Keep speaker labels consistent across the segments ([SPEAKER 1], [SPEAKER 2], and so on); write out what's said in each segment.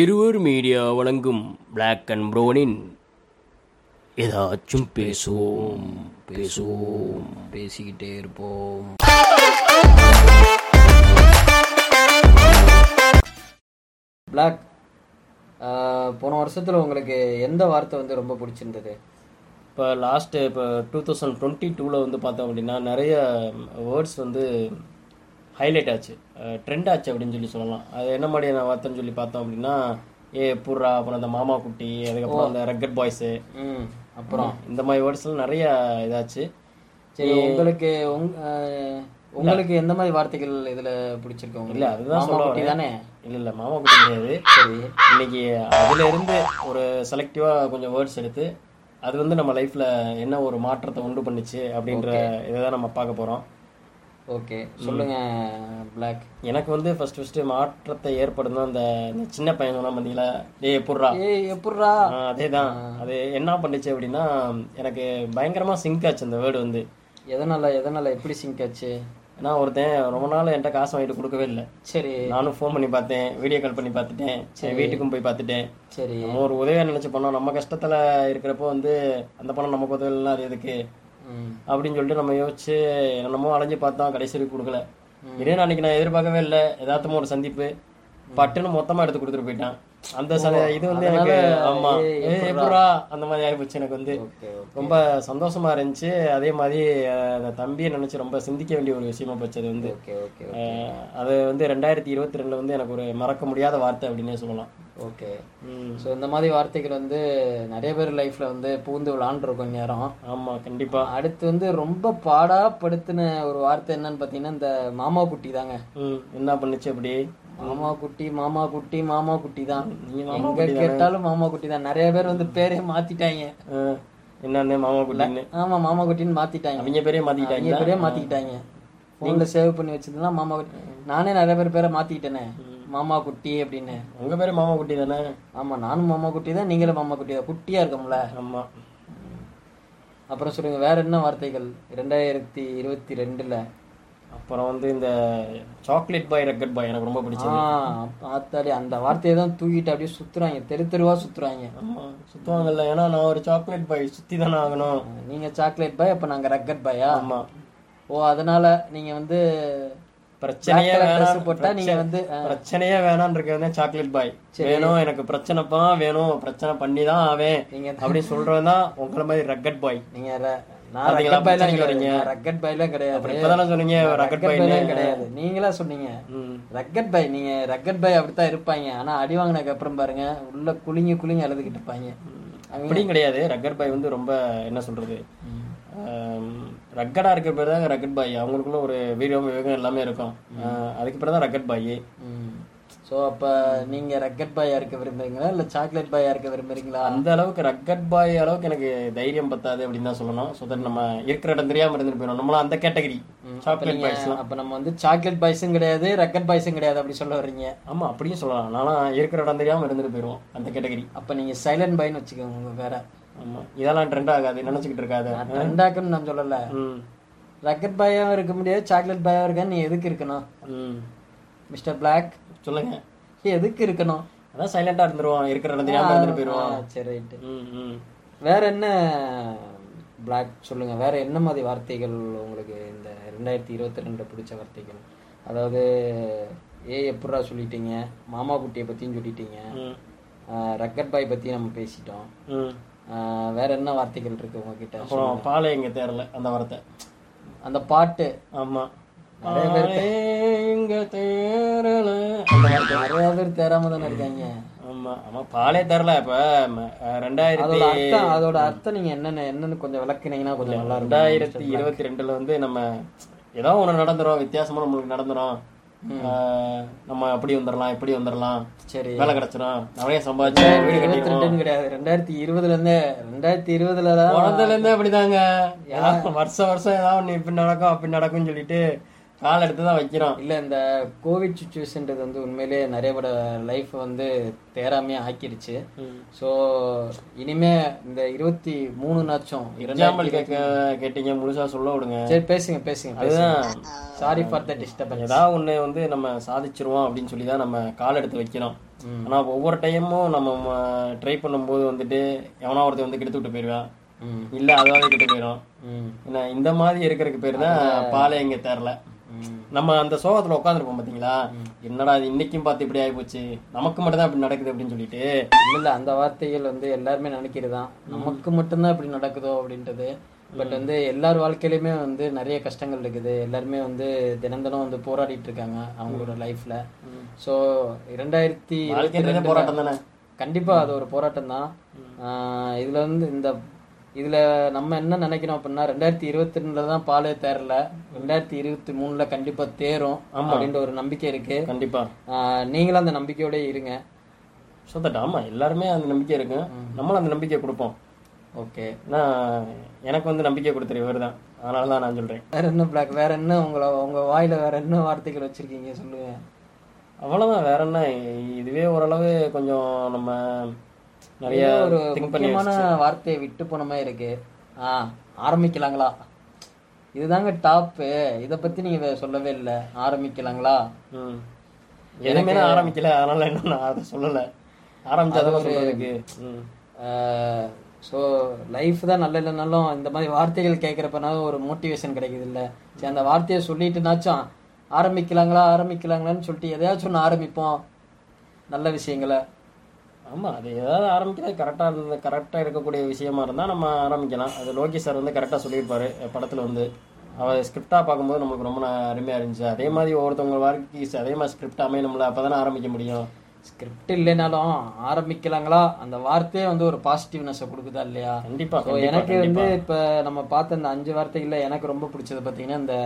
[SPEAKER 1] இருவர் மீடியா வழங்கும் black and ப்ரோனின் ஏதாச்சும் பேசுவோம் பேசுவோம் பேசிக்கிட்டே இருப்போம்
[SPEAKER 2] பிளாக் போன வருஷத்தில் உங்களுக்கு எந்த வார்த்தை வந்து ரொம்ப பிடிச்சிருந்தது
[SPEAKER 1] இப்போ லாஸ்ட்டு இப்போ டூ தௌசண்ட் டுவெண்ட்டி டூவில் வந்து பார்த்தோம் அப்படின்னா நிறைய வேர்ட்ஸ் வந்து ஹைலைட் ஆச்சு ட்ரெண்ட் ஆச்சு அப்படின்னு சொல்லி சொல்லலாம் அது என்ன மாதிரியான வார்த்தைன்னு சொல்லி பார்த்தோம் அப்படின்னா ஏ புர்ரா அப்புறம் அந்த மாமா குட்டி அதுக்கப்புறம் அந்த ரக்கட் பாய்ஸு
[SPEAKER 2] ம் அப்புறம்
[SPEAKER 1] இந்த மாதிரி வேர்ட்ஸ்லாம் நிறைய இதாச்சு
[SPEAKER 2] சரி உங்களுக்கு உங் அஹ், உங்களுக்கு எந்த மாதிரி வார்த்தைகள் இதில் பிடிச்சிருக்கு
[SPEAKER 1] இல்ல
[SPEAKER 2] உங்களுக்கு
[SPEAKER 1] அதுதான்
[SPEAKER 2] மாமா
[SPEAKER 1] சொல்ல
[SPEAKER 2] குட்டி
[SPEAKER 1] வரேன்
[SPEAKER 2] தானே
[SPEAKER 1] இல்ல இல்ல மாமா குட்டி கிடையாது
[SPEAKER 2] சரி
[SPEAKER 1] இன்னைக்கு அதுல இருந்து ஒரு செலக்டிவா கொஞ்சம் வேர்ட்ஸ் எடுத்து அது வந்து நம்ம லைஃப்ல என்ன ஒரு மாற்றத்தை உண்டு பண்ணுச்சு அப்படின்ற இதை தான் நம்ம பார்க்க போறோம்
[SPEAKER 2] ஓகே சொல்லுங்க பிளாக்
[SPEAKER 1] எனக்கு வந்து ஃபர்ஸ்ட் ஃபர்ஸ்ட் மாற்றத்தை ஏற்படுத்தும் அந்த இந்த சின்ன பையன் சொன்னா பாத்தீங்களா டேய் எப்புட்றா
[SPEAKER 2] ஏய் எப்பட்றா
[SPEAKER 1] அதே தான் அது என்ன பண்ணுச்சு அப்படின்னா எனக்கு பயங்கரமா சிங்க் ஆச்சு அந்த வேர்டு வந்து
[SPEAKER 2] எதனால எதனால எப்படி சிங்க் ஆச்சு
[SPEAKER 1] ஏன்னா ஒருத்தன் ரொம்ப நாள் என்கிட்ட காசு வாங்கிட்டு கொடுக்கவே இல்லை
[SPEAKER 2] சரி
[SPEAKER 1] நானும் ஃபோன் பண்ணி பார்த்தேன் வீடியோ கால் பண்ணி பார்த்துட்டேன் சரி வீட்டுக்கும் போய் பார்த்துட்டேன்
[SPEAKER 2] சரி
[SPEAKER 1] நம்ம ஒரு உதவியா நினைச்சு பண்ணோம் நம்ம கஷ்டத்துல இருக்கிறப்போ வந்து அந்த பணம் நமக்கு உதவிலாம் அது எதுக்கு
[SPEAKER 2] ம்
[SPEAKER 1] அப்படின்னு சொல்லிட்டு நம்ம யோசிச்சு என்னென்னமோ அலைஞ்சு பார்த்தோம் கடைசி வரைக்கும் கொடுக்கல இதே அன்னைக்கு நான் எதிர்பார்க்கவே இல்லை எதார்த்தமா ஒரு சந்திப்பு பட்டுன்னு மொத்தமா எடுத்து கொடுத்துட்டு போயிட்டான் அந்த ச- இது வந்து எனக்கு ஆமா எப்படா அந்த மாதிரி ஆயிப்போச்சு எனக்கு வந்து
[SPEAKER 2] ஓகே
[SPEAKER 1] ரொம்ப சந்தோஷமா இருந்துச்சு அதே மாதிரி அஹ், அந்த தம்பியை நினைச்சு ரொம்ப சிந்திக்க வேண்டிய ஒரு விஷயமா போச்சு அது வந்து
[SPEAKER 2] ஓகே ஓகே
[SPEAKER 1] அஹ், அது வந்து ரெண்டாயிரத்தி இருபத்தி ரெண்டுல வந்து எனக்கு ஒரு மறக்க முடியாத வார்த்தை அப்படின்னே சொல்லலாம்
[SPEAKER 2] ஓகே
[SPEAKER 1] ம்.
[SPEAKER 2] ஸோ இந்த மாதிரி வார்த்தைகள் வந்து நிறைய பேர் லைஃப்ல வந்து பூந்து விளாண்டுருக்கோம் நேரம்
[SPEAKER 1] ஆமா கண்டிப்பா
[SPEAKER 2] அடுத்து வந்து ரொம்ப பாடா படுத்தின ஒரு வார்த்தை என்னன்னு பார்த்தீங்கன்னா இந்த மாமா குட்டி தாங்க
[SPEAKER 1] ம், என்ன பண்ணுச்சு அப்படி
[SPEAKER 2] மாமா குட்டி மாமா குட்டி மாமா குட்டி தான் எங்க கேட்டாலும் மாமா குட்டி தான் நிறைய பேர் வந்து பேரே மாத்திட்டாங்க
[SPEAKER 1] அஹ், என்னன்னு மாமா குட்டின்னு
[SPEAKER 2] ஆமா மாமா குட்டின்னு மாத்திட்டாங்க
[SPEAKER 1] அவங்க பேரே மாத்திக்கிட்டாங்க
[SPEAKER 2] நிறைய பேரே மாத்திக்கிட்டாங்க போன்ல சேவ் பண்ணி வச்சதுன்னா மாமா குட்டி நானே நிறைய பேர் பேரை மாத்திக்கிட்டேனே மாமா குட்டி அப்படின்னு
[SPEAKER 1] உங்க பேரு மாமா குட்டி தானே
[SPEAKER 2] ஆமா நானும் மாமா குட்டி தான் நீங்களும் மாமா குட்டி தான் குட்டியா இருக்கோம்ல
[SPEAKER 1] ஆமா
[SPEAKER 2] அப்புறம் சொல்லுங்க வேற என்ன வார்த்தைகள் இரண்டாயிரத்தி இருபத்தி ரெண்டுல
[SPEAKER 1] அப்புறம் வந்து இந்த சாக்லேட் பாய் ரெக்கட் பாய் எனக்கு ரொம்ப பிடிச்சது
[SPEAKER 2] ஆஹ் பார்த்தாலே அந்த வார்த்தையை தான் தூக்கிட்டு அப்படியே சுத்துறாங்க தெரு தெருவா சுத்துறாங்க
[SPEAKER 1] ஆமா சுத்துவாங்கல்ல ஏன்னா நான் ஒரு சாக்லேட் பாய் சுத்தி தானே ஆகணும்
[SPEAKER 2] நீங்க சாக்லேட் பாய் அப்ப நாங்க ரக்கட் பாயா
[SPEAKER 1] ஆமா
[SPEAKER 2] ஓ அதனால நீங்க வந்து
[SPEAKER 1] பிரச்சனையே
[SPEAKER 2] black color dress
[SPEAKER 1] வேணாம்
[SPEAKER 2] போட்டா நீங்க
[SPEAKER 1] பிரச்சனை-
[SPEAKER 2] வந்து, ஆ.
[SPEAKER 1] பிரச்சனையே வேணாம்னு இருக்கிறது சாக்லேட் பாய் வேணும் எனக்கு பிரச்சனைப்பா வேணும் பிரச்சனை பண்ணி தான் ஆவேன்
[SPEAKER 2] நீங்க
[SPEAKER 1] அப்படி சொல்றவன் தான் உங்களை மாதிரி ரக்கட் பாய்
[SPEAKER 2] நீங்க ர- நான் ரக்கட் பாய்லாம் கிடையாது ரக்கட் பாய்லாம் கிடையாது
[SPEAKER 1] இப்பதானே சொன்னீங்க ரக்கட் பாய்
[SPEAKER 2] பாய்லாம் கிடையாது நீங்களா சொன்னீங்க ரக்கட் பாய் நீங்க ரக்கட் பாய் அப்படித்தான் இருப்பாங்க ஆனா அடி வாங்கினதுக்கு அப்புறம் பாருங்க உள்ள குளிங்க குளிங்க அழுதுகிட்டு இருப்பாங்க அவங்க-
[SPEAKER 1] அப்படியும் கிடையாது ரக்கட் பாய் வந்து ரொம்ப என்ன சொல்றது ரக்கடா இருக்கிற பேர் தான் ரக்கட் பாய் அவங்களுக்குள்ள ஒரு வீரம் விவேகம் எல்லாமே இருக்கும் அஹ், அதுக்கு பேர் தான் ரக்கட் பாய்
[SPEAKER 2] ம் சோ அப்ப நீங்க ரக்கட் பாயா இருக்க விரும்புறீங்களா இல்ல சாக்லேட் பாயா இருக்க விரும்புறீங்களா
[SPEAKER 1] அந்த அளவுக்கு ரக்கட் பாய் அளவுக்கு எனக்கு தைரியம் பத்தாது அப்படின்னு தான் சொல்லணும் ஸோ தட் நம்ம இருக்கிற இடம் தெரியாம இருந்துட்டு போயிடும் நம்மளாம் அந்த கேட்டகரி சாக்லேட் பாய்ஸ்லாம்
[SPEAKER 2] அப்ப நம்ம வந்து சாக்லேட் பாய்ஸும் கிடையாது ரக்கட் பாய்ஸும் கிடையாது அப்படி சொல்ல வர்றீங்க
[SPEAKER 1] ஆமா அப்படியும் சொல்லலாம் நானும் இருக்கிற இடம் தெரியாம இருந்துட்டு போயிடுவோம் அந்த கேட்டகரி
[SPEAKER 2] அப்ப நீங்க சைலண்ட் பாய்னு வச்சுக்கோங்க உங்க வேற
[SPEAKER 1] ஆமா இதெல்லாம் ட்ரெண்ட் ஆகாது நினைச்சுக்கிட்டு இருக்காது
[SPEAKER 2] ரெண்டாக்குன்னு நான் சொல்லல
[SPEAKER 1] ம்
[SPEAKER 2] ரக்கட் பாயாவும் இருக்க முடியாது சாக்லேட் பாயாவும் இருக்க நீ எதுக்கு இருக்கணும்
[SPEAKER 1] ம்
[SPEAKER 2] மிஸ்டர் பிளாக்
[SPEAKER 1] சொல்லுங்க
[SPEAKER 2] எதுக்கு இருக்கணும்
[SPEAKER 1] அதான் சைலண்டா இருந்துருவோம் இருக்கிற இடம் தெரியாம இருந்துட்டு போயிடுவோம்
[SPEAKER 2] ஆ, சரி ரைட்டு
[SPEAKER 1] ம் ம்
[SPEAKER 2] வேற என்ன பிளாக் சொல்லுங்க வேற என்ன மாதிரி வார்த்தைகள் உங்களுக்கு இந்த ரெண்டாயிரத்தி இருபத்தி ரெண்டு பிடிச்ச வார்த்தைகள் அதாவது ஏ எப்படா சொல்லிட்டீங்க மாமா குட்டியை பத்தியும் சொல்லிட்டீங்க
[SPEAKER 1] ம்
[SPEAKER 2] ஆஹ் ரக்கட் பாய் பத்தி நம்ம பேசிட்டோம்
[SPEAKER 1] ம்
[SPEAKER 2] ஆஹ் வேற என்ன வார்த்தைகள் இருக்கு உங்ககிட்ட
[SPEAKER 1] அப்புறம் பாலை எங்க தேரல அந்த வார்த்தை
[SPEAKER 2] அந்த பாட்டு
[SPEAKER 1] ஆமா பாலை எங்க தேரல அந்த வார்த்தை
[SPEAKER 2] நிறைய பேர் தேராம தானே இருக்காங்க
[SPEAKER 1] ஆமா ஆமா பாலே தேரல இப்ப ம, அஹ், ரெண்டாயிரத்தி
[SPEAKER 2] அதோட அர்த்தம் அதோட அர்த்தம் நீங்க என்னென்ன என்னன்னு கொஞ்சம் விளக்குனீங்கன்னா கொஞ்சம் நல்லா இருக்கும்
[SPEAKER 1] ரெண்டாயிரத்தி இருபத்தி ரெண்டுல வந்து நம்ம ஏதோ ஒண்ணு நடந்துரும் வித்தியாசமா நம்மளுக்கு நடந்துரும் அஹ், நம்ம அப்படி வந்துடலாம் இப்படி வந்துடலாம்
[SPEAKER 2] சரி
[SPEAKER 1] வேலை கிடைச்சிரும் நிறைய சம்பாதிச்சு வீடு
[SPEAKER 2] இருபத்தி
[SPEAKER 1] கட்டிடுவோம்
[SPEAKER 2] ரெண்டுன்னு கிடையாது ரெண்டாயிரத்தி இருபதுல இருந்து ரெண்டாயிரத்தி இருபதுல தான்
[SPEAKER 1] குழந்தைல இருந்தே அப்படிதாங்க ஏதாவது வருஷம் வருஷம் ஏதாவது ஒண்ணு இப்படி நடக்கும் அப்படி நடக்கும்னு சொல்லிட்டு கால் எடுத்து தான் வைக்கிறோம்
[SPEAKER 2] இல்ல இந்த கோவிட் சுச்சுவேஷன்றது வந்து உண்மையிலே நிறைய பேரோட லைஃப் வந்து தேராமையே ஆக்கிடுச்சு ஸோ இனிமே இந்த இருபத்தி மூணு நாச்சும்
[SPEAKER 1] எக்ஸாம்பிள் கேட்க கேட்டீங்க முழுசா சொல்ல விடுங்க
[SPEAKER 2] சரி பேசுங்க பேசுங்க
[SPEAKER 1] அதுதான்
[SPEAKER 2] சாரி ஃபார் த டிஸ்டர்பன்ஸ்
[SPEAKER 1] ஏதாவது ஒன்று வந்து நம்ம சாதிச்சிருவோம் அப்படின்னு சொல்லி தான் நம்ம கால் எடுத்து வைக்கிறோம் ஆனால் ஒவ்வொரு டைமும் நம்ம ட்ரை பண்ணும்போது வந்துட்டு எவனா ஒருத்தன் வந்து கெடுத்து விட்டு போயிடுவான் இல்லை அதாவது கெட்டு போயிடும் ஏன்னா இந்த மாதிரி இருக்கிறதுக்கு பேர் தான் பாலை எங்க தேரல நம்ம அந்த சோகத்துல உட்காந்துருப்போம் பாத்தீங்களா என்னடா இது இன்னைக்கும் பார்த்து இப்படி ஆகி போச்சு நமக்கு மட்டும் தான் இப்படி நடக்குது அப்படின்னு சொல்லிட்டு
[SPEAKER 2] இல்ல இல்ல அந்த வார்த்தைகள் வந்து எல்லாருமே நினைக்கிறதுதான் நமக்கு மட்டும்தான் இப்படி நடக்குதோ அப்படின்றது பட் வந்து எல்லார் வாழ்க்கையிலுமே வந்து நிறைய கஷ்டங்கள் இருக்குது எல்லாருமே வந்து தினம் தினம் வந்து போராடிட்டு இருக்காங்க அவங்களோட லைஃப்ல ஸோ இரண்டாயிரத்தி
[SPEAKER 1] வாழ்க்கைன்றதே போராட்டம் தானே
[SPEAKER 2] கண்டிப்பா அது ஒரு போராட்டம் தான் இதுல வந்து இந்த இதுல நம்ம என்ன நினைக்கிறோம் அப்படின்னா ரெண்டாயிரத்தி இருபத்தி ரெண்டுல தான் பாலே தேரல ரெண்டாயிரத்தி இருபத்தி மூணுல கண்டிப்பா தேரும் அப்படின்ற ஒரு நம்பிக்கை இருக்கு
[SPEAKER 1] கண்டிப்பா
[SPEAKER 2] ஆஹ் நீங்களும் அந்த நம்பிக்கையோட இருங்க
[SPEAKER 1] ஸோ தட் ஆமா எல்லாருமே அந்த நம்பிக்கை இருக்கு நம்மளும் அந்த நம்பிக்கை கொடுப்போம்
[SPEAKER 2] ஓகே
[SPEAKER 1] ஏன்னா எனக்கு வந்து நம்பிக்கை கொடுத்துரு இவர் தான் அதனால தான் நான் சொல்றேன்
[SPEAKER 2] வேற என்ன பிளாக் வேற என்ன உங்களை உங்க வாயில வேற என்ன வார்த்தைகள் வச்சிருக்கீங்க சொல்லுங்க
[SPEAKER 1] அவ்வளவுதான் வேற என்ன இதுவே ஓரளவு கொஞ்சம் நம்ம நிறைய
[SPEAKER 2] ஏதோ ஒரு
[SPEAKER 1] திங்க் பண்ணி
[SPEAKER 2] முக்கியமான வார்த்தையை விட்டு போன மாதிரி இருக்கு ஆ ஆரம்பிக்கலாங்களா இதுதாங்க டாப்பு இத பத்தி நீங்க வே- சொல்லவே இல்ல ஆரம்பிக்கலாங்களா
[SPEAKER 1] ம். எதுவுமே நான் ஆரம்பிக்கல அதனால என்ன நான் அதை சொல்லல ஆரம்பிச்சாதான் சொல்றதுக்கு ம்.
[SPEAKER 2] ஸோ லைஃப் தான் நல்ல இல்லைனாலும் இந்த மாதிரி வார்த்தைகள் கேட்குறப்பனா ஒரு மோட்டிவேஷன் கிடைக்குது இல்ல சரி அந்த வார்த்தையை சொல்லிட்டுனாச்சும் ஆரம்பிக்கலாங்களா ஆரம்பிக்கலாங்களான்னு சொல்லிட்டு எதையாச்சும் ஒன்று ஆரம்பிப்போம் நல்ல விஷயங்களை
[SPEAKER 1] ஆமா அது ஏதாவது ஆரம்பிக்கிறது கரெக்டா இருந்த கரெக்டா இருக்கக்கூடிய விஷயமா இருந்தா நம்ம ஆரம்பிக்கலாம் அது லோகி சார் வந்து கரெக்டா சொல்லியிருப்பாரு அஹ் படத்துல வந்து அவ ஸ்கிரிப்டா பார்க்கும்போது நமக்கு ரொம்ப ந- அருமையா இருந்துச்சு அதே மாதிரி ஒவ்வொருத்தவங்க வாழ்க்கைக்கு அதே மாதிரி ஸ்கிரிப்ட் அமையணும்ல அப்பதானே ஆரம்பிக்க முடியும்
[SPEAKER 2] ஸ்கிரிப்ட் இல்லைனாலும் ஆரம்பிக்கலாங்களா அந்த வார்த்தையே வந்து ஒரு பாசிட்டிவ்னஸை கொடுக்குதா இல்லையா
[SPEAKER 1] கண்டிப்பா
[SPEAKER 2] ஸோ
[SPEAKER 1] கண்டிப்பா,
[SPEAKER 2] எனக்கு
[SPEAKER 1] கண்டிப்பா.
[SPEAKER 2] வந்து இப்போ நம்ம பார்த்த அந்த அஞ்சு வார்த்தைகள்ல எனக்கு ரொம்ப பிடிச்சது பார்த்தீங்கன்னா இந்த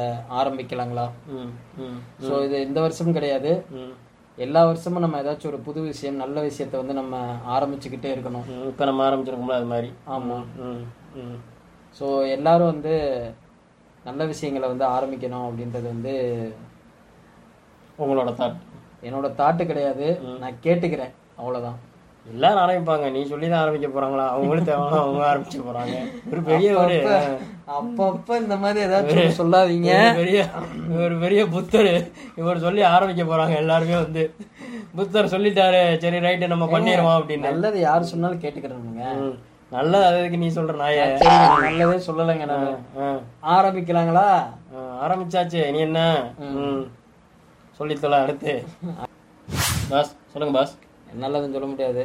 [SPEAKER 2] ஆரம்பிக்கலாங்களா
[SPEAKER 1] ம், ம்,
[SPEAKER 2] ஸோ இது இந்த வருஷம் கிடையாது
[SPEAKER 1] ம்.
[SPEAKER 2] எல்லா வருஷமும் நம்ம ஏதாச்சும் ஒரு புது விஷயம் நல்ல விஷயத்தை வந்து நம்ம ஆரம்பிச்சுக்கிட்டே இருக்கணும்
[SPEAKER 1] ம், இப்ப நம்ம ஆரம்பிச்சிருக்கோம்ல அது மாதிரி
[SPEAKER 2] ஆமாம்
[SPEAKER 1] ம், ம்.
[SPEAKER 2] ஸோ எல்லாரும் வந்து நல்ல விஷயங்களை வந்து ஆரம்பிக்கணும் அப்படின்றது வந்து
[SPEAKER 1] உங்களோட தாட்
[SPEAKER 2] என்னோட தாட்டு கிடையாது நான் கேட்டுக்கிறேன் அவ்வளவுதான்
[SPEAKER 1] எல்லாரும் ஆரம்பிப்பாங்க நீ சொல்லி தான் ஆரம்பிக்க போறாங்களா அவங்களும் தேவைன்னா அவங்க ஆரம்பிச்சு போறாங்க ஒரு பெரிய ஒரு
[SPEAKER 2] அப்பப்போ இந்த மாதிரி ஏதாச்சும் ஒண்ணு சொல்லாதீங்க
[SPEAKER 1] ஒரு பெரிய ஒரு பெரிய புத்தர் இவர் சொல்லி ஆரம்பிக்க போறாங்க எல்லாருமே வந்து புத்தர் சொல்லிட்டாரு சரி ரைட்டு நம்ம பண்ணிடுவோம் அப்படின்னு
[SPEAKER 2] நல்லது யார் சொன்னாலும் கேட்டுக்கிறேனுங்க
[SPEAKER 1] ம். நல்லது அதுக்கு நீ சொல்ற நாய
[SPEAKER 2] சரி, நல்லதே சொல்லலைங்க நான்
[SPEAKER 1] ஆ,
[SPEAKER 2] ஆரம்பிக்கலாங்களா
[SPEAKER 1] ஆ, ஆரம்பிச்சாச்சு நீ என்ன ம். சொல்லித் தொலை அடுத்து பாஸ் சொல்லுங்க பாஸ்
[SPEAKER 2] என்னாலதும் சொல்ல முடியாது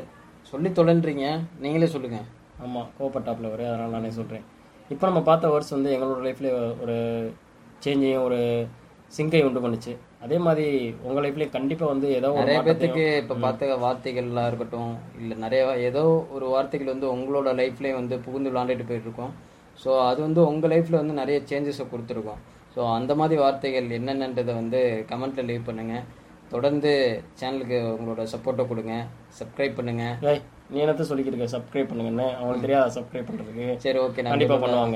[SPEAKER 2] சொல்லி தொலைன்றீங்க நீங்களே சொல்லுங்க
[SPEAKER 1] ஆமாம் கோபட்டாப்பில் வரும் அதனால் நானே சொல்கிறேன் இப்போ நம்ம பார்த்த வேர்ட்ஸ் வந்து எங்களோட லைஃப்பில் ஒரு சேஞ்சையும் ஒரு சிங்கையும் உண்டு பண்ணுச்சு அதே மாதிரி உங்கள் லைஃப்லேயும் கண்டிப்பாக வந்து ஏதோ ஒரு
[SPEAKER 2] நிறைய
[SPEAKER 1] மாற்றத்தையும்
[SPEAKER 2] பேர்த்துக்கு இப்ப பார்த்த வார்த்தைகள்லாம் இருக்கட்டும் இல்ல நிறைய ஏதோ ஒரு வார்த்தைகள் வந்து உங்களோட லைஃப்லயே வந்து புகுந்து விளாண்டுட்டு போயிட்டு இருக்கோம் ஸோ அது வந்து உங்க லைஃப்ல வந்து நிறைய சேஞ்சஸை கொடுத்துருக்கோம் ஸோ அந்த மாதிரி வார்த்தைகள் என்னென்னன்றதை வந்து கமெண்ட்ல லீவ் பண்ணுங்க தொடர்ந்து சேனலுக்கு உங்களோட சப்போர்ட்டை கொடுங்க சப்ஸ்கிரைப் பண்ணுங்க
[SPEAKER 1] ஏய், நீ என்னத்த சொல்லிக்கிட்டு இருக்க சப்ஸ்கிரைப் பண்ணுங்கன்னு அவங்களுக்கு தெரியாத சப்ஸ்கிரைப் பண்ணுறதுக்கு
[SPEAKER 2] சரி ஓகே நான்
[SPEAKER 1] கண்டிப்பாக பண்ணுவாங்க